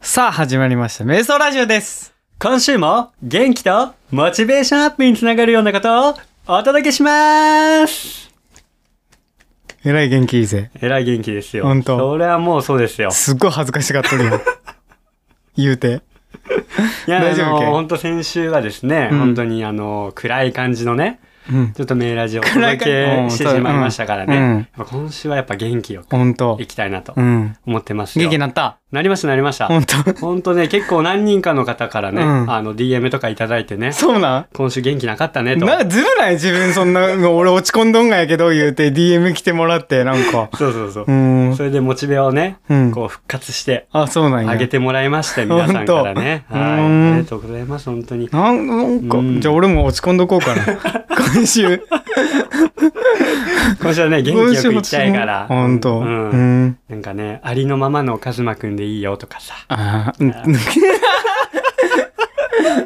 さあ始まりました瞑想ラジオです今週も元気とモチベーションアップにつながるようなことをお届けしますえらい元気いいぜえらい元気ですよ。ほんとそれはもうそうですよ。すっごい恥ずかしがっとる よ言うていや、大丈夫あけの、本当先週はですね、うん本当にあの、暗い感じのね、うんちょっとメールラジオをお暗い届感じけしてしまいましたからうんうんね。やっぱ今週はやっぱ元気よくほんといきたいなとうん思ってますよ。元気になったなりましたなりました。ほんと本当ね、結構何人かの方からね、うんあの、DM とかいただいて ね、そうなん今週元気なかったねと。なんかずるない自分そんなの俺落ち込んどんがやけど言うて DM 来てもらってなん かそうそうそうう。んそれでモチベをね、うんこう復活して、あそうなんや上げてもらい まして、皆さんからね。本当はうい。んありがとうございます、本当に。なんなんか、うんじゃあ俺も落ち込んどこうかな 今週今週はね、元気よくいきた いから。ほんとううん、ん。なんかね、ありのままのカズマくんでいいよとかさ。あーうん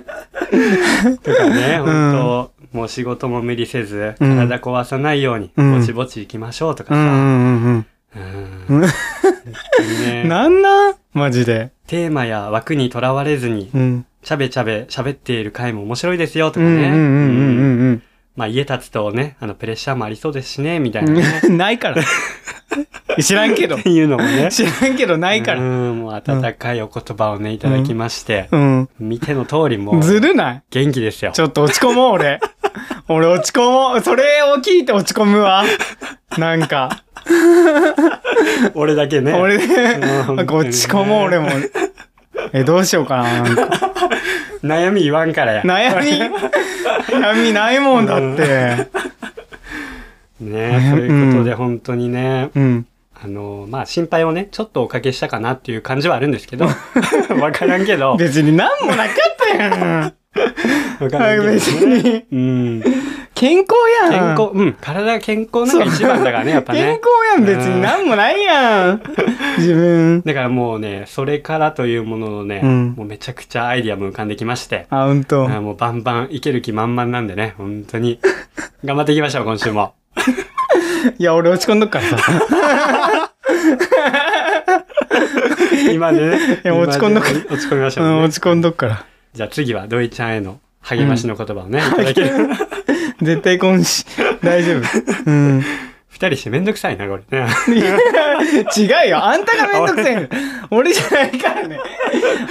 とかね、ん本当もう仕事も無理せず、うん体壊さないように、うんぼちぼち行きましょうとかうんうさ。んうんううんんうねん なんなんマジでテーマや枠にとらわれずに、うんちゃべちゃべ喋っている回も面白いですよとうかんうね。んうんうんうんうんうんまあ家建つとね、あのプレッシャーもありそうですしね、みたいなね。ないから。知らんけどっ。て いうのもね。知らんけどないかうら。ん、もう温かいお言葉をね、いただきまして、うん。見ての通りもうずるない元気ですよ。ちょっと落ち込もう、俺。俺落ち込もう。それを聞いて落ち込むわ。なんか、俺だけね。俺ね、うんなんか落ち込もう、俺も。え、どうしようかな。なんか悩み言わんからや。悩み、悩みないもんだって。ね、ということで本当にね、うん。あの、まあ心配をね、ちょっとおかけしたかなっていう感じはあるんです けど、わからんけど、わ別に何もなかったやん。からんけど、別に。うん。健康やん。健康、うん、体健康なんか一番だからね、やっぱ健ね康。やん。別に何もないやん。自分。だからもうね、それからというもののね、うんもうめちゃくちゃアイディアも浮かんできまして、あ、ほんと。あもうバンバンいける気満々なんでね、本当に。頑張っていきましょう、今週も。いや、俺落ち込んどっからさ。今でね。 いや落ち込んどく今ね落ち込みましう、ょうんね、落ち込んどっから。じゃあ次はドイちゃんへの励ましの言葉をね、いただける。絶対今週、大丈夫。うん。二人してめんどくさいな、こ れね。いや違うよ。あんたがめんどくせえの俺じゃないからね。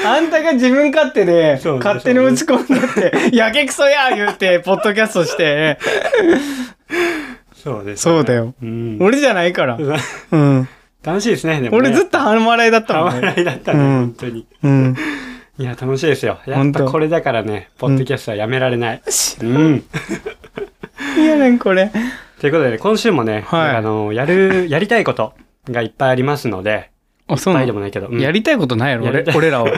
あんたが自分勝手で、そうね勝手に落ち込んだって、やけくそや言うて、ポッドキャストして。そうです、そうだよ。うん。俺じゃないから。うん。楽しいですね、でもね。俺ずっと半笑いだったたもんね。笑いだったね、うん本当に。うん。いや、楽しいですよ。やっ本ぱ当これだからね、ポッドキャストはやめられない。うん。いやねん、これ。ということで、ね、今週もね、はいあの、やる、やりたいことがいっぱいありますので、あ、いそっうぱないでのもないけど。うんやりたいことないやろ、や俺りたい俺らは。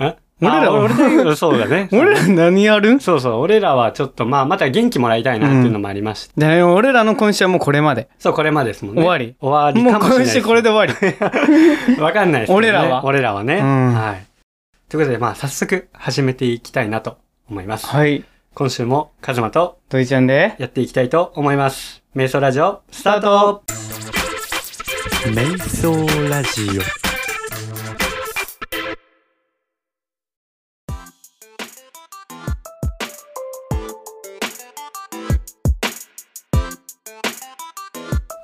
あ俺らは。あ俺だけど そうだね 俺ら何やるそうそう、俺らはちょっとまあ、また元気もらいたいなっていうのもありまして。じゃあ俺らの今週はもうこれまで。そう、これまでですもんね。終わり終わりもかうもしれない今す週これで。終わ り。わかんないですけどね俺らは俺らはね。うんはい。ということで、まあ、早速始めていきたいなと思います。はい。今週も、カズマとといちゃんで。やっていきたいと思います。瞑想ラジオ、スタート瞑想ラジオ。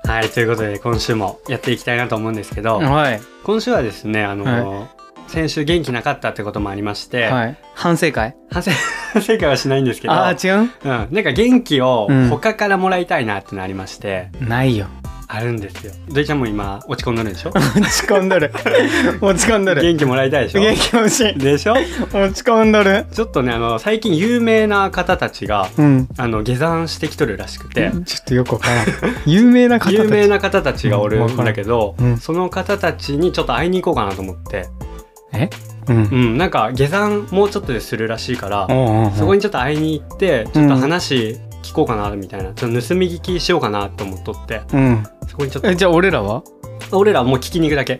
はい、ということで今週もやっていきたいなと思うんですけど、はい。今週はですね、あの先週元気なかったってこともありまして、はい。反省会反省、 反省会はしないんですけど、ああ、違ううん、なんか元気をうん他からもらいたいなってのありまして、ないよ。あるんですよ。ドイちゃんも今落ち込んでるでしょ落ち込んどる。 落ち込んどる。元気もらいたいでしょ元気欲しい。でしょ落ち込んどる。ちょっとね、あの、最近有名な方たちが、うん。あの、下山してきとるらしくちょて、っとよくわからん。有名な方たち。有名な方たちがおるんだけど、うんうんその方たちにちょっと会いに行こうかなと思って、えうんう。ん、なんか下山もうちょっとでするらしいから、おうおうおうそこにちょっと会いに行って、ちょっと話聞こうかなみたいな、ちょっと盗み聞きしようかなと思っとって、うん。そこにちょっとえ、じゃあ俺らは俺らはもう聞きに行くだけ。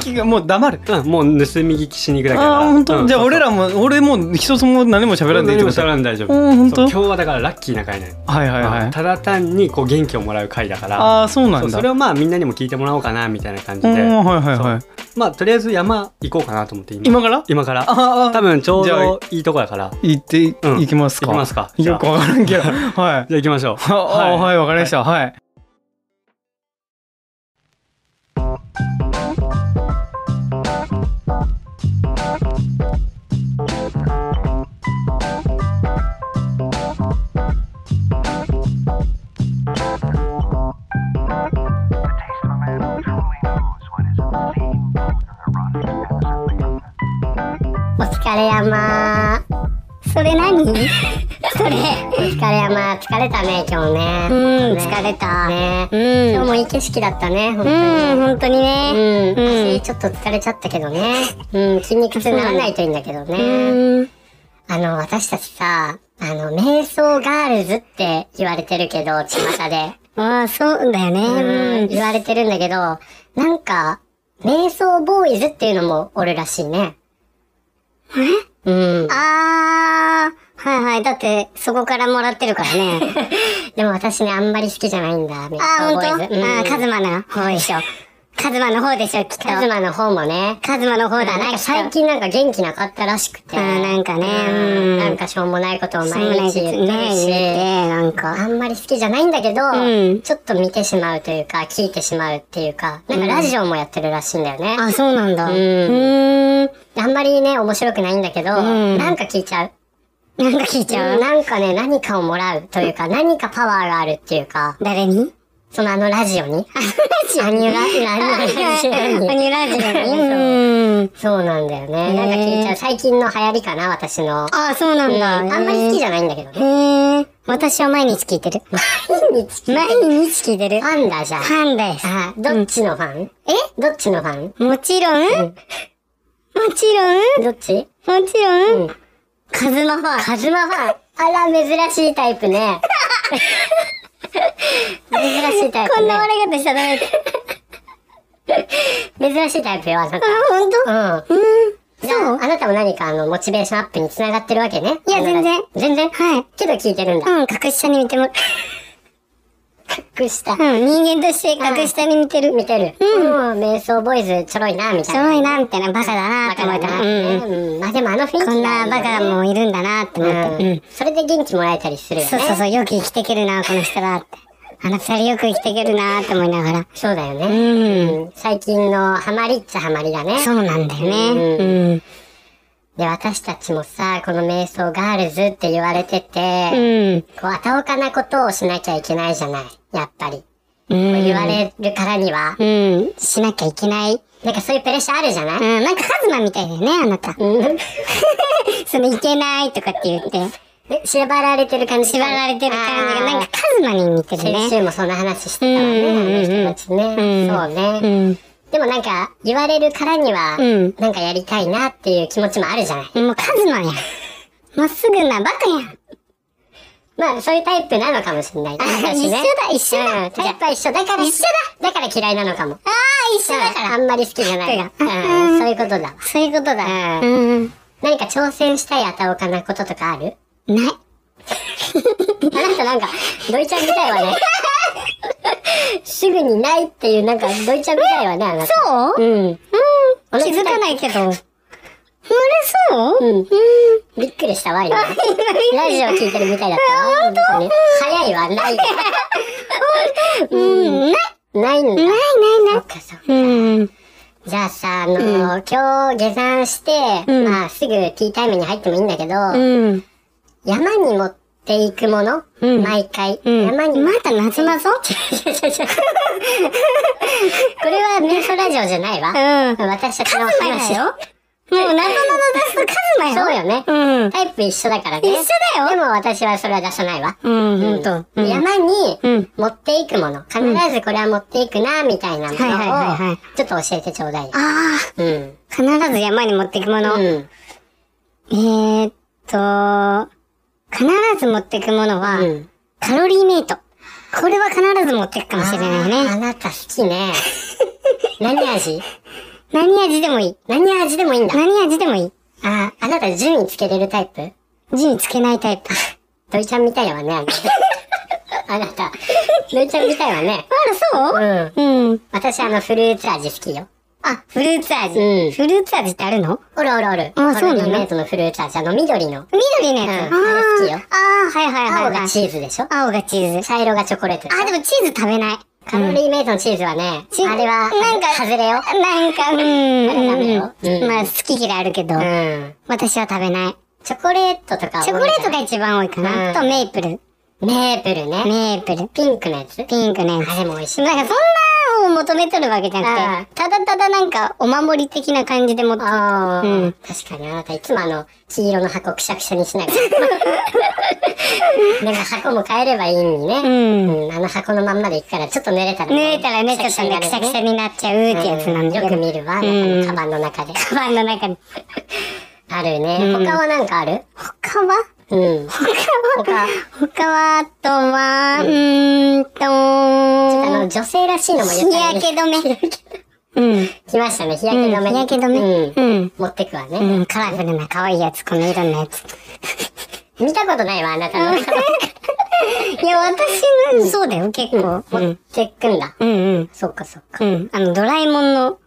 気がもう黙る。うん、もう盗み聞きしに行くだけだから。ああ、本当。じゃあ俺ららも、俺もう一つも何も喋らんでいいってこと喋らんで大丈夫。うん、本そ当う。今日はだからラッキーな回ね。はいはいはうんい。ただ単にこう元気をもらう回だから。ああ、そうなそんうだ。それをまあみんなにも聞いてもらおうかなみたいな感じうん、で。はいはいはい。まあとりあえず山行こうかなと思って今。今から今から。あ多分ちょうどいいとこだから。行っていうん行きますか。行きますか。じゃよあくじゃわからん けど。はい。あ行きましょう。ああはい、わかりました。はい。お疲れ山 それ何それお疲れ山疲れたね今日ねうん疲れたね今日もいい景色だったね本当にうん本当にねうん私ちょっと疲れちゃったけどねうん筋肉痛にならないといいんだけどねあの私たちさあの瞑想ガールズって言われてるけど巷でああ、そうだようんね。言われてるんだけどなんか瞑想ボーイズっていうのもおるらしいねえうんうん、ああ、はいはい。だって、そこからもらってるからね。でも私ね、あんまり好きじゃないんだ。瞑ああ、想ボほんーイとズ。ああ、カカズズマの方でしょ。カズマの方でしょ、きっと。カズマの方もね。カズマの方だなんな、かき最っと。近なんか元気なかったらしくて。うんなんかねうんうんなんかしょうもないことをそうな毎ん日で言っすてるし。ね。なんか。あんまり好きじゃないんだけど、うんちょっと見てしまうというか、聞いてしまうっていうか、なんかラジオもやってるらしいんだよね。あ、そうなんだ。ううんーん。あんまりね、面白くないんだけど、んなんか聞いちゃう。なんか聞いちゃう。なんかね、何かをもらうというか、何かパワーがあるっていうか、誰 にそ のあのラジオに。あのラジオに。あのラジオに。 ニラジオに。うん。そうなんだよね。なんか聞いちゃう。最近の流行りかな、私の。ああ、そうなんだ。あんまり好きじゃないんだけどね。へえ。私は毎日聞いてる。毎日毎日聞いてる。ファンだじゃん。ファンです。あ、どっちのファン、えどっちのファンもちろん、もちろん、どっちもちろん、うんカズマファン。カズマファン。あら、珍しいタイプ ね。珍しいタイプこんなね。笑い方しちゃダメだ。珍しいタイプよ、あなた。あ、ほんとうん。じゃそあ、あなたも何かあの、モチベーションアップにつながってるわけね。いや全然全然はい。けど聞いてるんだ。うん、格下に見ても、くした。うん、人間として格下に見てる。見てる。うん。瞑想ボーイズちょろいな、みたいちょな。ろいな、みたいな、バカだな、バってカだ思えたな。ら、うん。うん。まあでもあの雰囲気こんがないバいよカねもいるんだな、って思った。うん。それで元気もらえたりするよね。そうそうそう、よく生きてけるな、この人らって。あの二人よく生きてけるな、って思いながら。そうだようね。ん。うん最近のハマりっちゃハマりだね。そうなんだようね。で、私たちもさ、この瞑想ガールズって言われてうん。て、うん。こう、あたおかなことをしなきゃいけないじゃない。やっぱり。うん言われるからには、うん。しなきゃいけない。なんかそういうプレッシャーあるじゃないうん、なんかカズマみたいだよね、あなた。うん。その、いけないとかって言って。で縛られてる感じ。縛られてる感じがなんあかカズマに似てるー先ね。週もそんな話してたわね、うんうんうんあの人たちね。うんそうね。うん。でもなんか、言われるからには、うんなんかやりたいなっていう気持ちもあるじゃない。もうカズマやん。まっすぐなバカやん。まあ、そういうタイプなのかもしれない、ね。あ私ね一緒だ一緒だうんタイプは一緒だから、一緒だだから嫌いなのかも。ああ、一緒だから。あんまり好きじゃない。だうんからうんそういうことだわ。そういうことだ。ううん。何か挑戦したいあたおかなこととかあるない。あなたなんか、ドイちゃんみたいわね。 すぐにないっていう、なんか、ドイちゃんみたいわね、あなた。そううん。うん。気づかないけど。あれそううん。びっくりしたわ、今。ラジオ聞いてるみたいだったわ。本当に早いわ、ない。うん。ない。ないんだ。ないなそいない。っかそっかうん。じゃあさ、あのー今日下山して、うんまあすぐティータイムに入ってもいいんだけど、うん。山に持っていくもの、うん毎回、うん。山に。またなぞなぞ違う違う違うこれは瞑想ラジオじゃないわ。うん。私たちのカズマ話だよ。もうなぞなぞ出すとカズマよ。そうよね。うん。タイプ一緒だからね。一緒だでよ。も私はそれは出さないわ。うん、ほんと。うん。山にうん持っていくもの、必ずこれは持っていくな、みたいなもはいはいはいのはをい、ちょっと教えてちょうだいよ。ああ、うん。必ず山に持っていくもの。うん。えーっと、必ず持っていくものは、うん。カロリーメイト。これは必ず持っていくかもしれないあーあね。なた好きね。何味何味でもいい。何味でもいい んだ。何味でもいい。ああ、あなた順位つけれるタイプ順位つけないタイプ。土井ちゃんみたいわね、 あなた。あなた。土井ちゃんみたいわね。あら、そううん。うん。私、あの、フルーツ味好きよ。あ、フルーツ味。うんフルーツ味ってあるのおるおるおる。あそうなののメイトのフルーツ味。あの、緑の。緑のやつ。うんあれ好きよあー、はいはいはい、は青い。がチーズでしょ青がチーズ。茶色がチョコレートでしょあ、でもチーズ食べない。カロリーメイトのチーズはね、チーズあれは、なんか外れよ。なんか、うダメよん、うん。うんまあ、好き嫌いあるけど、うん。私は食べない。チョコレートとか多いじチゃョんコレートが一番多いかな。うんと、メープル。メープルね。メープル。ピンクのやつあピンクのやつ。れも美味しい。なんか、そんなを求めとるわけじゃなくて、ただただなんか、お守り的な感じでも、あああ、うん確かにあなたいつもあの、黄色の箱くしゃくしゃにしなが ら。なんか箱も変えればいいのにね。んあの箱のまんまでいくから、ちょっと濡れたら、濡れたらね、ちょっとね、くしゃくしゃになっちゃうってやつなんだよけくど、見るわ、うんカバンの中で。カバンの中に。あるね。他はなんかある他はうん。他は他は、あとは、うーんあと、の、女性らしいのも言日ったら焼ねけ止め。うん。来ましたね、日焼け止め。日焼け止うん。め。うん。持ってくわね。うん、カラフルな可愛いやつ、この色のやつ。見たことないわ、あなたの。いや、私の、そうだよ、結構。う持っん。てくんだ。うんうん。そっかそっか。うん。あの、ドラえもんの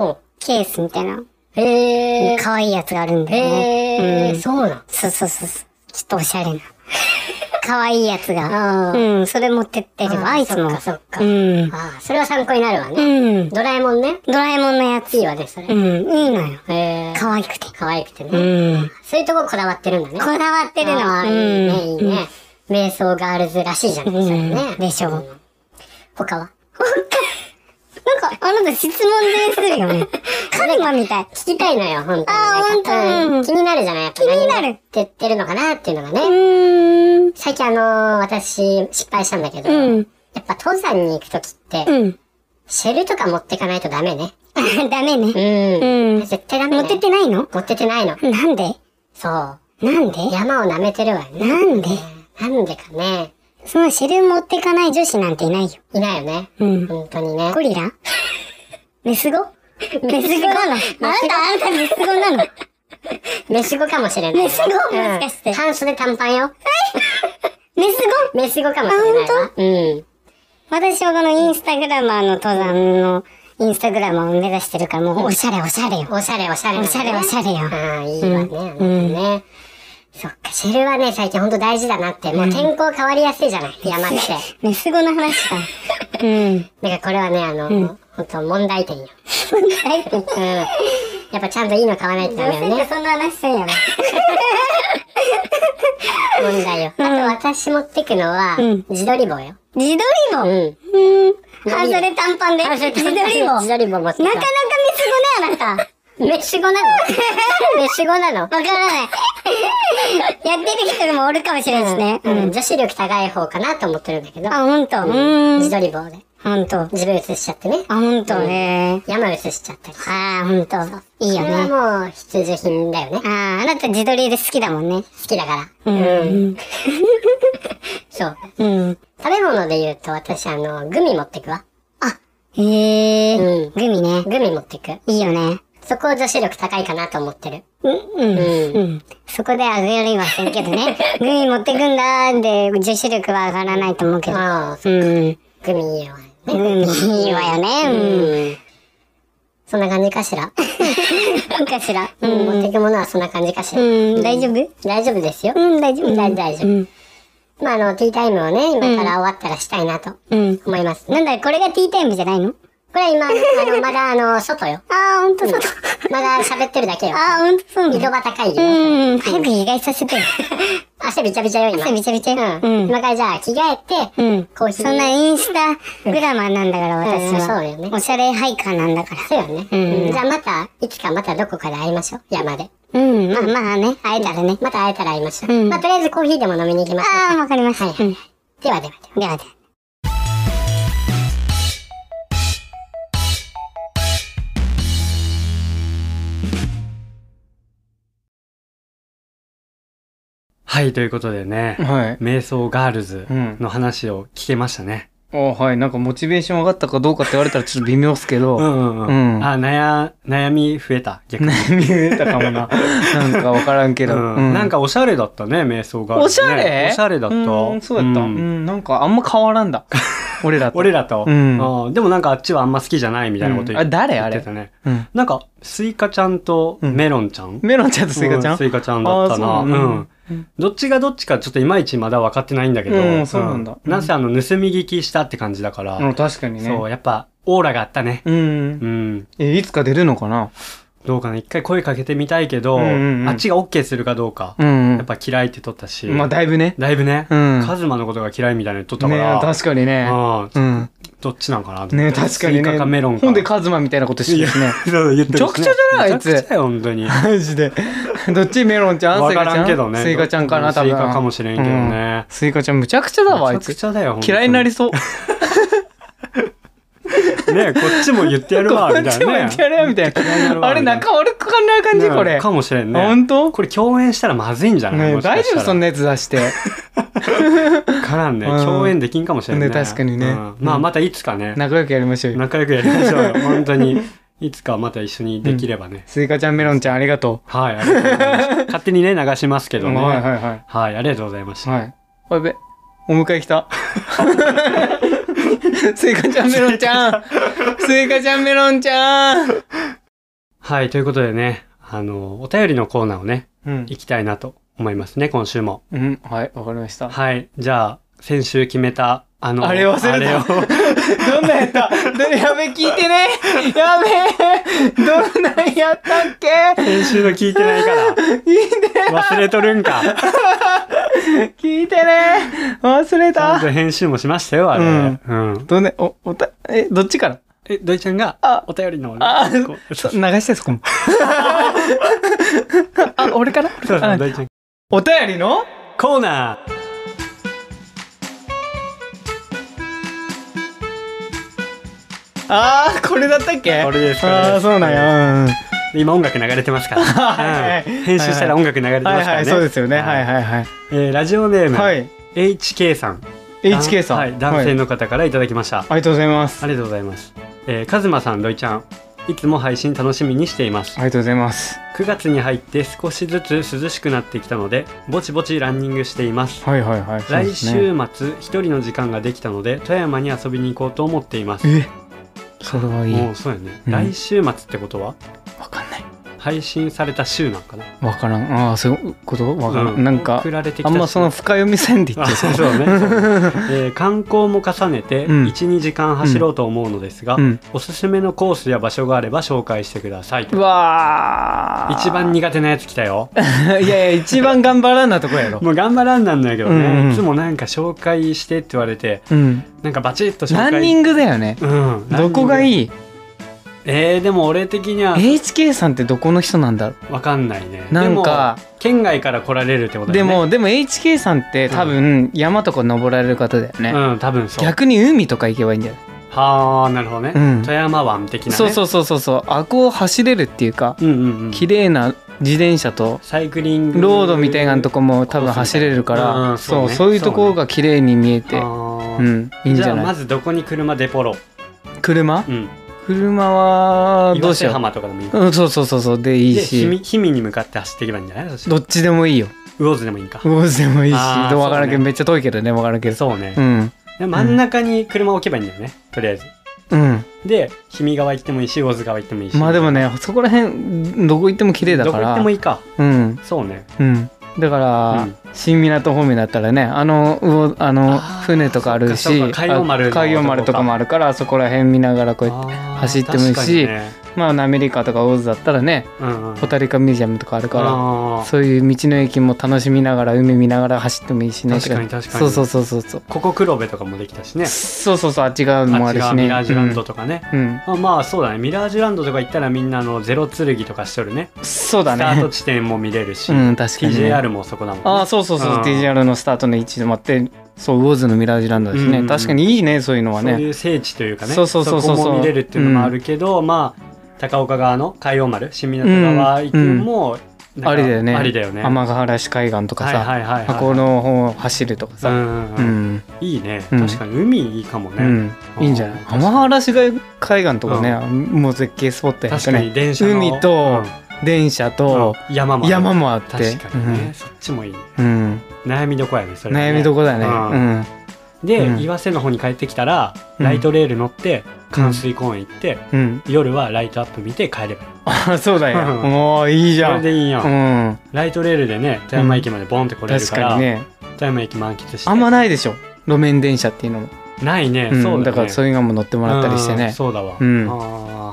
うん。ケースみたいな、へえ。可愛いやつがあるんだよね。へえ、そうなん。そうそうそうそう。ちょっとおしゃれな。可愛いやつ が。あーうん、それ持ってってるわ、いそつっも。かそっかう。ん。ああ、それは参考になるわうね。ん。ドラえもんね。ドラえもんのやつ。いいわね、それ。うへん、いいのよ。え。可愛くて。可愛くてうね。ん。そういうとここだわってるんだね。こだわってるのあは、あいいね、いいね。瞑想ガールズらしいじゃないですかね。でしょううん。他はなんか、あなた質問でするよ ね。カルマみたい。聞きたいのよ、本当に。あーなんか本当うん気になるじゃないやっぱ気になる何がってってるのかなっていうのがうね。ーん。最近あのー私、失敗したんだけど、うんやっぱ登山に行くときって、うん。シェルとか持ってかないとダメね。 ダメね。うん。うん絶対ダメ、ね。持ってってないの持ってってないの。なんでそう。なんで山を舐めてるわよね。なんでなんでかね。そのシェル持ってかない女子なんていないよ。いないよね。うん本当にねゴ。リラ メスゴ メスゴなのあなた、あなた メスゴなのメス語かもしれない。メス語もしかしうてん半袖短パンよ。メスゴメス語かもしれないわ。うん。私はこのインスタグラマーの登山のインスタグラマーを目指してるからもうおしゃれおしゃれよ。おしゃれおしゃれ、おしゃれおしゃれよああ、いいわね。うんあなたね。そっか、シェルはね、最近ほんと大事だなって。もう天候変わりやすいじゃない、山 って。 メスゴの話だ。 うん。なんかこれはね、あの、ほんと問題点よ。大体。うん。やっぱちゃんといいの買わないとダメよ ね。そんな話せんやろ。問題よ。あと私持ってくのは、自撮り棒よ。自撮りう棒ん。うん。半袖短パンで。自撮り棒。自撮り棒持ってなたかなか見つごね、あなメシ 語なのメシ語なのた。わからない。やってる人もおるかもしれないですね。うん、女子力高い方かなと思ってるんだけど、あ、ほんと。うー自ん。撮り棒で。ほんと。自分映しちゃってね。あ、ほんとね。山映しちゃったり。あー、ほんと。いいよこれね。はもう必需品だよね。あー、あなた自撮りで好きだもんね。好きだから。うん。そう。うん。食べ物で言うと私、あの、グミ持ってくわ。へえ。うんグミね。グミ持ってく。いいよね。そこ女子力高いかなと思ってる。うん。うん。そこで上げりはせんけど ね。グミ持ってくんだーで、女子力は上がらないと思うけど。ああ、うん。グミいいわね。グミいいわよね。うん。そんな感じかし ら。うん。かしら。ううんん。持ってくものはそんな感じかしら。うん。大丈夫大丈夫ですよ。うん、大丈夫。大大丈夫。うんまあ、あの、ティータイムをね、今から終わったらしたいなとうん。思いますね。なんだ、これがティータイムじゃないのこれ今、あの、まだあの、外よ。あー、ほんとそうだ。まだ喋ってるだけよ。あー、ほんとそう井だ。戸端会議うよ。ん。早く着替えさせて よ。汗びちゃびちゃよ、今。汗びちゃびちゃうん。うん今からじゃあ、着替えて、うん。コーヒー。そんなインスタグラマーなんだから、私は。うんそうよねおしゃれハイカーなんだから。そうよね。うんじゃあまた、いつかまたどこかで会いましょう。山で。うん、まあまあね、会えたらね。また会えたら会いましょう。うんまあ、とりあえずコーヒーでも飲みに行きましょああ、わかりました。はいはいうん。でう。ではではでは。はでは。はい、ということでね、はい。瞑想ガールズうんの話を聞けましたね。あはいなんかモチベーション上がったかどうかって言われたらちょっと微妙っすけど、うんうんう。うんんあ、悩、悩み増えた、 逆に。悩み増えたかもな なんか分からんけど、うんうなんかおしゃれだったね、瞑想が。おしゃれ、ねおしゃれだった。うんそうやった、ううんんなんかあんま変わらん だ俺らと俺らと、うんあーでもなんかあっちはあんま好きじゃないみたいなこと言うんあ誰言あっれてたね。うんなんか、スイカちゃんとメロンちゃん、メロンちゃんとスイカちゃん、うスイカちゃんだったな。あーそううなんだん。どっちがどっちかちょっといまいちまだ分かってないんだけど。うんそうなんだうなんせあの、盗み聞きしたって感じだから。うん確かにねそう、やっぱ、オーラがあったね。ううんん。えいつか出るのかなどうかな、一回声かけてみたいけど、うんうんうんあっちが OK するかどうか。うんやっぱ嫌いって取ったし。まあだいぶねだいぶね、うんカズマのことが嫌いみたいなの取ったかねら。確かにねうんうんどっちなんかなと思っねて確かにスイカねかメロンか。ほんでカズマみたいなことしてるしねそう言ってるめしねちゃくちゃじゃないあいつめちゃくちゃよ本当に。マジ でどっちメロンちゃんわスイかカちらゃんんけどね。スイカちゃんかな多スイ分カかもしれんけどねうん。スイカちゃんむちゃくちゃだわあいめちゃくつちゃだよ。本当嫌いになりそうねこっちも言って やるわ、みたいなね。やれよみたい嫌いになるな。わあれ、みたいな仲悪く感じない感じねこれ。かもしれんね。本当これ共演したらまずいんじゃないねもしか大し丈夫たらそんなやつ出 して。からんね。うん共演できんかもしれんね。ね確かにねうんまあまたいつかね、仲良くやりましょうよ。仲良くやりましょうよ。本当に。いつかまた一緒にできればね。スイカちゃんメロンちゃんありがとはい、ありがとうございます。 勝手にね、流しますけう。どね。はいはいはい。はい、ありがとうございました。はい。おいべ、お迎え来 た。スイカちゃんメロンちゃん。スイカちゃんメロンちゃん。はい、ということでね、あの、お便りのコーナーをね、うん。行きたいなと思いますね、今週も。うん。はい、わかりました。はい、じゃあ、先週決めた、あの、あれ忘れたあれを どんなんやったでやべ、聞いてね。やべどんなんやったっけ先週の聞いてないから、 聞いて忘れとるんか。聞いてね忘れちゃんとた編集もしましたよ、あれ。ううんん。どんね、お、おた、え、どっちからえ、土井ちゃんがあ、お便りの、あこう そ流してそこも。あ、俺からそうそうあ土井ちゃん。お便りのコーナーあー、これだったっけこれですこれですあー、そうなんや。うんうん今音楽流れてます かはいはら。いうん編集したら音楽流れてまはすいからはね。い、そうですよね。はいはいはい。えーラジオネーム、はい。 HK さん。 HK さん。はい、男性はいの方からいただきました。ありがとうございます。あありがとうございます。えー、カズマさん、土井ちゃん。いつも配信楽しみにしています。りがとうございます。 9月に入って少しずつ涼しくなってきたので、ぼちぼちランニングしています。はいはいはい。そうで来すね週末、一人の時間ができたので、富山に遊びに行こうと思っています。え、それはいい。もうそうやね。うん来週末ってことは、わかんない。配信された週なんかな。わからん。あー、そういうことわから。うんなんか送、られてきたあんまその週深読みせんで言あってそうさ。ね、 そうえー観光も重ねてうん12時間走ろうと思うのですが、うん。おすすめのコースや場所があれば紹介してくださいうわー一番苦手なやつ来た よいやいや、一番頑張らんなとこやろ。もう頑張らんなんだけどね、うんうんいつもなんか紹介してって言われて うん。なんかバチッと紹ラ介ンニングだよね。うんどこがいいいえー、でも俺的には ?HK さんってどこの人なんだろわかんないねうなんか、でも県外から来られるってことだでよねも、でも HK さんって多分山とか登られる方だよね。うん多分そう逆に海とか行けばいいんだよ。はあなるほどね、うん富山湾的なねそうそうそうそうそう。あこを走れるっていうか、うんうんうん綺麗な自転車と、サイクリングロードみたいなとこも多分走れるかうんら、そそうねう、そういうところが綺麗に見えて、あうーん、いいんじゃじゃあなまいずどこに車デポロ車うん車は、ど岩うし瀬よう。浜とかでもいいうん、そうそうそうそう、でいいでし。氷見氷見に向かって走っていけばいいんじゃないそしたらどっちでもいいよ。魚津でもいいか魚津でもいいし、あーどうわからんけそど、うねめっちゃ遠いけどね、わからんけど。そうねう、ん。で真ん中に車置けばいいんだよねとりあえずうん。で氷見側行ってもいいし魚津側行ってもいいしまあでもね、そこら辺、どこ行っても綺麗だどかこ行っら。てもいいかうん。そうねうん。だから、うん新港方面だったらね、あの、魚あのあー船とかあるそっし、かそっか海洋丸のあ海洋丸とかもあるから、そこら辺見ながらこうやって、走走ってもいいしまあ、アメリカとかオズだったらね、うんうんホタルイカミュージアムとかあるから、あーそういう道の駅も楽しみながら、海見ながら走ってもいいしね。確かに確かにそうそうそうそうそう。ここ黒部とかもできたしねそうそうそう、あっち側あっちもあるがしミね。ラージュランドとかね、うん。まあまあそうだねミラージュランドとか行ったらみんなあのゼロ剣とかしとるねそうだスターねト。地点も見れるし、うん、確かに、ね。 TJR もそこだもんねああ、そうそうそう、うん TJR のスタートの位置で待って、そう、ウォーズのミラージュランドですね。うんうん確かにいいね、そういうのはそういね。う聖地というかねそうそうそうそうこも見れるっていうのもあるけど、まあ高岡側の海洋丸新港側行くのも、なんかありだよねありだよね天ヶ原市海岸とかさ、はいはいはいはいあこの方を走るとかうさ、うんんううんうんんいいねうん確かに海いいかもね、いいんじゃないあー天ヶ原市海岸とかね、うもう絶景スポットや確かにね電車の海と電車とうん山もある山もあって確かにね、そっちもいいねうんうん悩みどこやねそれはね悩みどこだね、うんで、うん岩瀬の方に帰ってきたらうんライトレール乗って冠水公園行って、うんうん夜はライトアップ見て帰ればいいあ そうだよ、うんおーいいじそゃれんでいいやん、うんライトレールでね富山駅までボンって来れる確か、からにね富山駅満喫してあんまないでしょ路面電車っていうのも、ないね、うんそうだ,、ね、からそういうのも乗ってもらったりしてうんねそうだわ、うんあー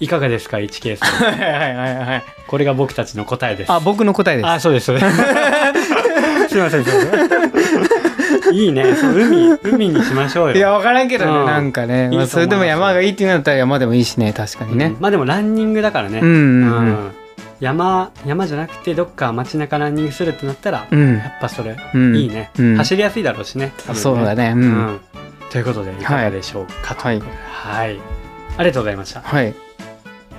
いかがですか1ケース はいはいはいはいこれが僕たちの答えですあ僕の答えですあそうですそ うですすいませんすいませんいいねそう海海にしましょうよいや、分からんけどね、うんなんかね。いいまと思いまあ、すそれでも山がいいっていうんだったら山でもいいしね、確かにねうん。まあでもランニングだからね、うんうんうん。うん山山じゃなくてどっか街中ランニングするってなったら、うやん。っぱそれ、うんいいね、うん走りやすいだろうしね多分ねそうだね。う。うんんということでいかがでしょうかとはいいうことではい、ありがとうございました、はい。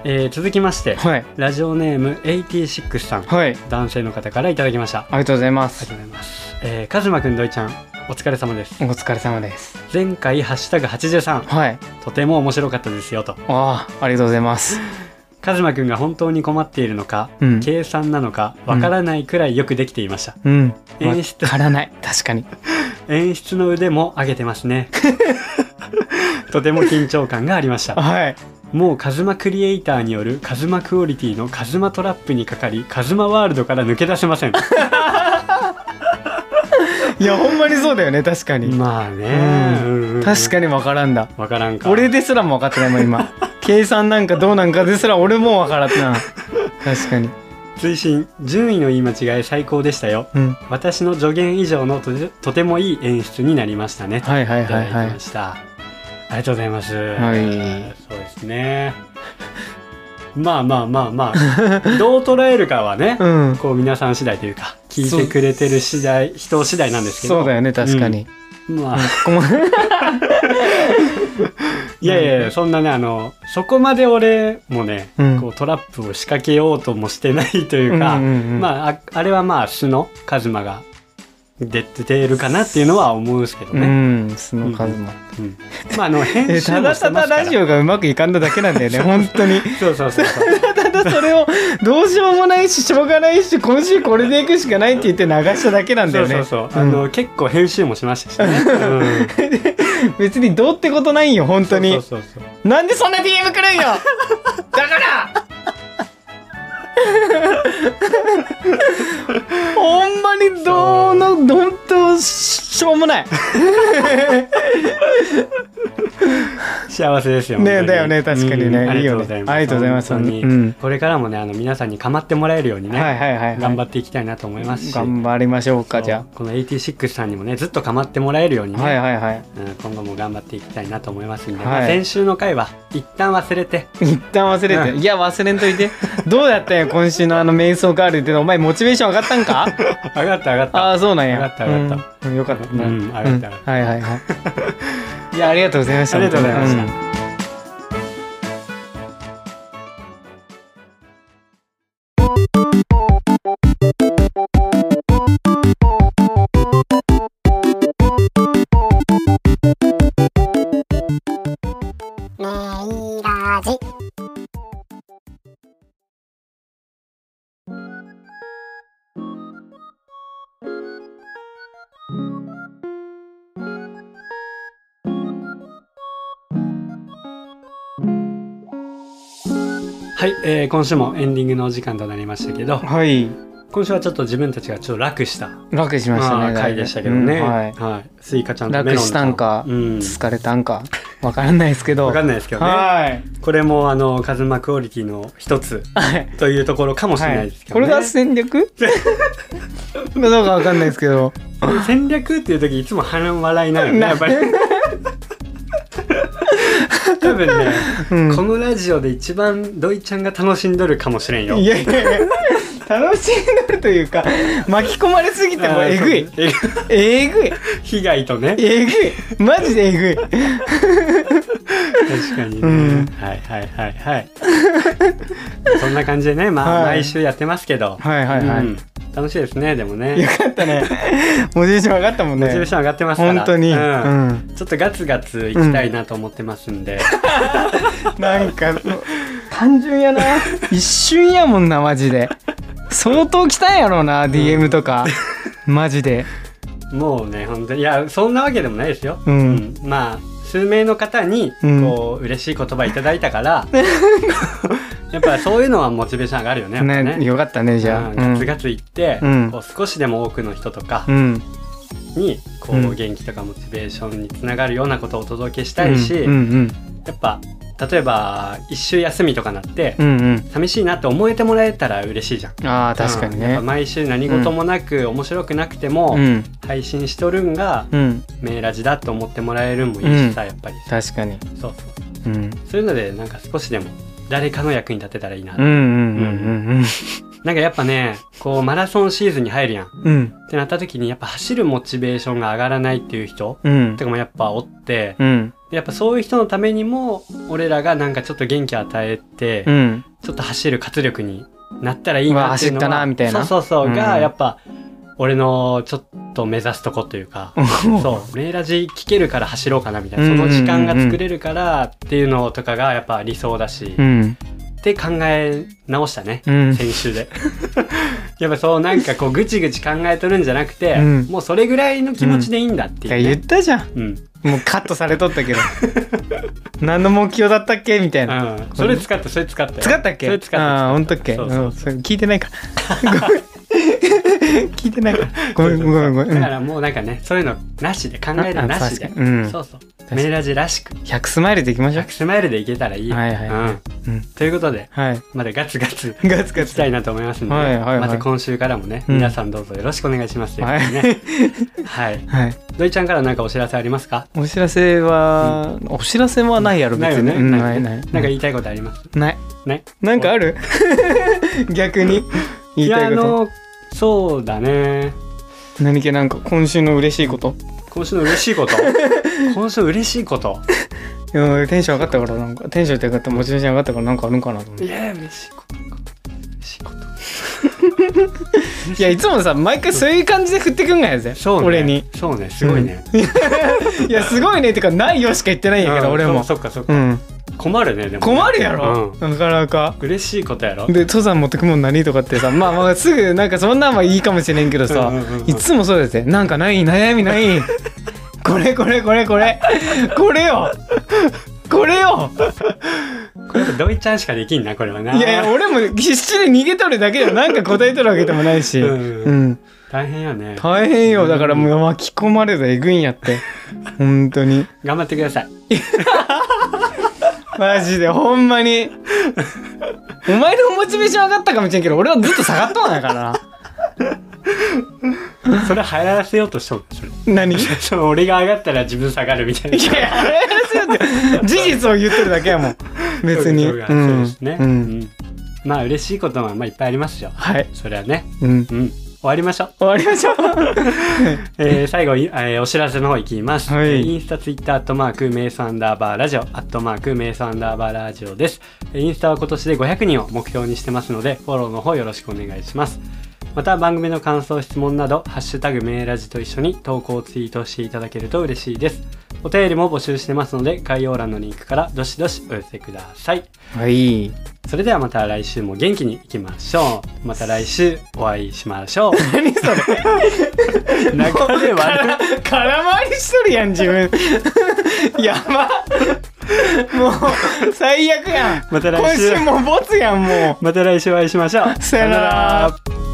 えー続きましてはい。ラジオネーム86さんはい。男性の方からいただきましたあありがとうございまりがすと。うございます、えー、カズマくんどいちゃんお疲れ様ですお疲れ様です。前回「ハッシュタグ #83」はい。とても面白かったですよとああ、ありがとうございます。カズマくんが本当に困っているのか、うん計算なのかわからないくらいよくできていました、うん。わ演出からない。確かに。演出の腕も上げてま すねとても緊張感がありましたはい。もうカズマクリエイターによるカズマクオリティのカズマトラップにかかりカズマワールドから抜け出せませんいや、ほんまにそうだよね、確かに。まあね、うんうんうんうん確かに分からんだ。わからんか俺ですらも分かってないもん、 今。計算なんかどうなんかですら俺も分からんな。確かに。追伸順位の言い間違い最高でしたようん。私の助言以上のとてとてもいい演出になりましたねはいはいいたはだいきはい。ました、ありがとうございます、いそうですね まあまあまあ まあどう捉えるかはね、うん。こう皆さん次第というか聞いてくれてる次第人次第なんですけどそうだよね、確かに。 まあごめんいやいやいやそんなねあのそこまで俺もね、うんこうトラップを仕掛けようともしてないというか、うんうんうんまあああれはまあ素のカズマが出てるかなっていうのは思うんですけどうね、ん、その数も。うんまああの編え集たもだしてたまだすからラジオがうまくいかんだだけなんだよね、本当に。そうそうそうそうただそれをどうしようもないし、しょうがないし、今週これでいくしかないって言って流しただけなんだよね。そうそうそう、あの結構編集もしましたしね、うん、本別にどうってことないよ、本当に。そうそうそうなんでそんな DM 来るんよだからほんまにどうの本当しょうもない幸せですよね本当にだよね確かにねうんいいよねあありりががとうごとうござざいいまますす本当にうんこれからもねあの皆さんに構ってもらえるようにね、はいはいはい、はい、頑張っていきたいなと思いますし、頑張りましょうかじゃこの86さんにもねずっと構ってもらえるようにあね、はいはいはいうん今後も頑張っていきたいなと思いますんで、はいまあ先週の回は一旦忘 れて一旦忘れうていや忘れんといてどうやったんや今週のあの瞑想ガールってのお前モチベーション上がったんか上がった上がっあたあそうなんや、上がった上がったうんよかったな、うん上がった上がっはいはいはいいやあ りがとうございましたありがとうございましたんメイラジはい、えー今週もエンディングのお時間となりましたけどはい今週はちょっと自分たちがちょっと楽した楽しましたねまあ、だい回ぶでしたけどね、うんは、はいいスイカちゃんとメロン楽したんかうん、疲れたんかわからないですけどわかんないですけどね、はいこれもあのカズマクオリティの一 つはいというところかもしれなはいいですけこどね、れが戦 略どうかわかんないですけど戦略っていう時いつも半笑いなのよ ねやっぱり多分ね、うんこのラジオで一番土井ちゃんが楽しんどるかもしれんよいやいやいや楽しんでるというか巻き込まれすぎてもうえぐいええぐいぐい被害とねえぐいマジでえぐい確かにうね、んはいはいはいはいそんな感じでね、まあ、はい毎週やってますけど、はいはいはいうん楽しいですね、でもよね。かった ね。モチベーション上がったもんね。モチベーション上がってますから。本当に、ううんん、ちょっとガツガツ行きたいなと思ってますんで、なんか単純やな一瞬やもんなマジで相当来たんやろうな DM とか、マジでもうね本当にいやそんなわけでもないですよ、うんうんまあ数名の方にうんこう、嬉しい言葉いただいたから やっぱそういうのはモチベーション上がるよねやっぱねよかったねじゃあ、うんうん、ガツガツ行って、うんこう少しでも多くの人とかうんにこううん元気とかモチベーションにつながるようなことをお届けしたいし、うんうんやっぱ例えば一週休みとかなって、うんうん寂しいなって思えてもらえたら嬉しいじゃん。あー確かにうんやねっぱ毎週何事もなく、面白くなくても、うん配信しとるんがうんメーラジだと思ってもらえるんもいいしさ、うやっぱり確かにそうそううんそういうのでなんか少しでも誰かの役に立てたらいいな、うんうんうんなんかやっぱねこうマラソンシーズンに入るやんっうんうんてなった時にやっぱ走るモチベーションが上がらないっていう人うんとかもやっぱおってうんやっぱそういう人のためにも俺らがなんかちょっと元気与えて、うんちょっと走る活力になったらいいなっていうのはうわ走ったなみたいなそうそうそう、がうんやっぱ俺のちょっと目指すとこというかそうメーラジ聞けるから走ろうかなみたいなうそんうんうんのうん時間が作れるからっていうのとかがやっぱ理想だし、うっんて考え直したね、うん先週で やっぱそうなんかこうぐちぐち考えとるんじゃなくて、うんもうそれぐらいの気持ちでいいんだっていいやうね、言ったじゃんうんもうカットされとったけ ど何の目標だったっけみたいなうんそれ使ったそれ使ったよ使ったっけそれ使ったああ、ほんとっけそうそううんそれ聞いてないから。 ごめん。聞いてないから。ごめん、ごめん、ごめん。だかうんらもうなんかねそういうのなしで考えるのなしでああ確かにうんそうそうかにメーラジらしく100スマイルでいきましょう100。スマイルでいけたらいいよ、はいはいはうんうんということではい。まだガツガツガツガしツ。たはいい。なと思いますので、はいはいはいまた今週からもね、うん皆さんどうぞよろしくお願いしますということでね。 はい。土井ちゃんから何かお知らせありますか？お知らせは、お知らせはないやろ、ない別よに。ね。うんなないい、よねない。なんか言いたいことあります？ない。ね。なんかある 逆に。言いピたアいこノそうだね。と。何気なんか今週の嬉しいこと。今週の嬉し いこと。今週嬉しいこと。うん、テンション上がったから、なんか、テンションって上がった、モチベーション上がったから、なんかあるんかなと思って いや嬉しいこと。嬉しいこと。いや、いつもさ、毎回そういう感じで振ってくんがやぜ。そうね。俺に。。そうね。すごいね。いや、すごいね。てか、ないよしか言ってないんやけど、うん俺も。そうそっかそっうか。ん。困るねでも。困るやろ、うんなかなか。嬉しいことやろ。で登山持ってくもん何とかってさまあまあすぐなんかそんなんはいいかもしれんけどさ、うんうんうんうんいつもそうですねなんかない悩みないこれこれこれこれこれよこれよこれやっぱ土井ちゃんしかできんなこれはな。いやいや俺も必死で逃げとるだけでなんか答えとるわけでもないし、ううんん大変やね。大変よだからもう巻き込まれたえぐいんやって本当に頑張ってください。マジでほんまにお前のモチベーション上がったかもしれんけど俺はずっと下がっとんやからなそれ流行らせようとしとんそれ。何その俺が上がったら自分下がるみたいな。いや、あれやらせよって事実を言ってるだけやもん。別に。そううかそううんですね。う。うんんまあ嬉しいことはまあいっぱいありますよ。はい。それはね。うん。終うん。終わりましょう。わりましょう。えー最後に、えーお知らせの方いきます。はいインスタ、ツイッター、アットマーク、メイスアンダーバーラジオ、アットマーク、メイスアンダーバーラジオです。えーインスタは今年で500人を目標にしてますので、フォローの方よろしくお願いします。また番組の感想、質問など、ハッシュタグメイラジと一緒に投稿ツイートしていただけると嬉しいです。お便りも募集してますので、概要欄のリンクからどしどしお寄せください。はい。それではまた来週も元気にいきましょう。また来週お会いしましょ 何そ れう。中で笑う。空回りしとるやん、自分。やば。もう、最悪やん。また今来週週もボツやん、もう。また来週お会いしましょう。さよなら。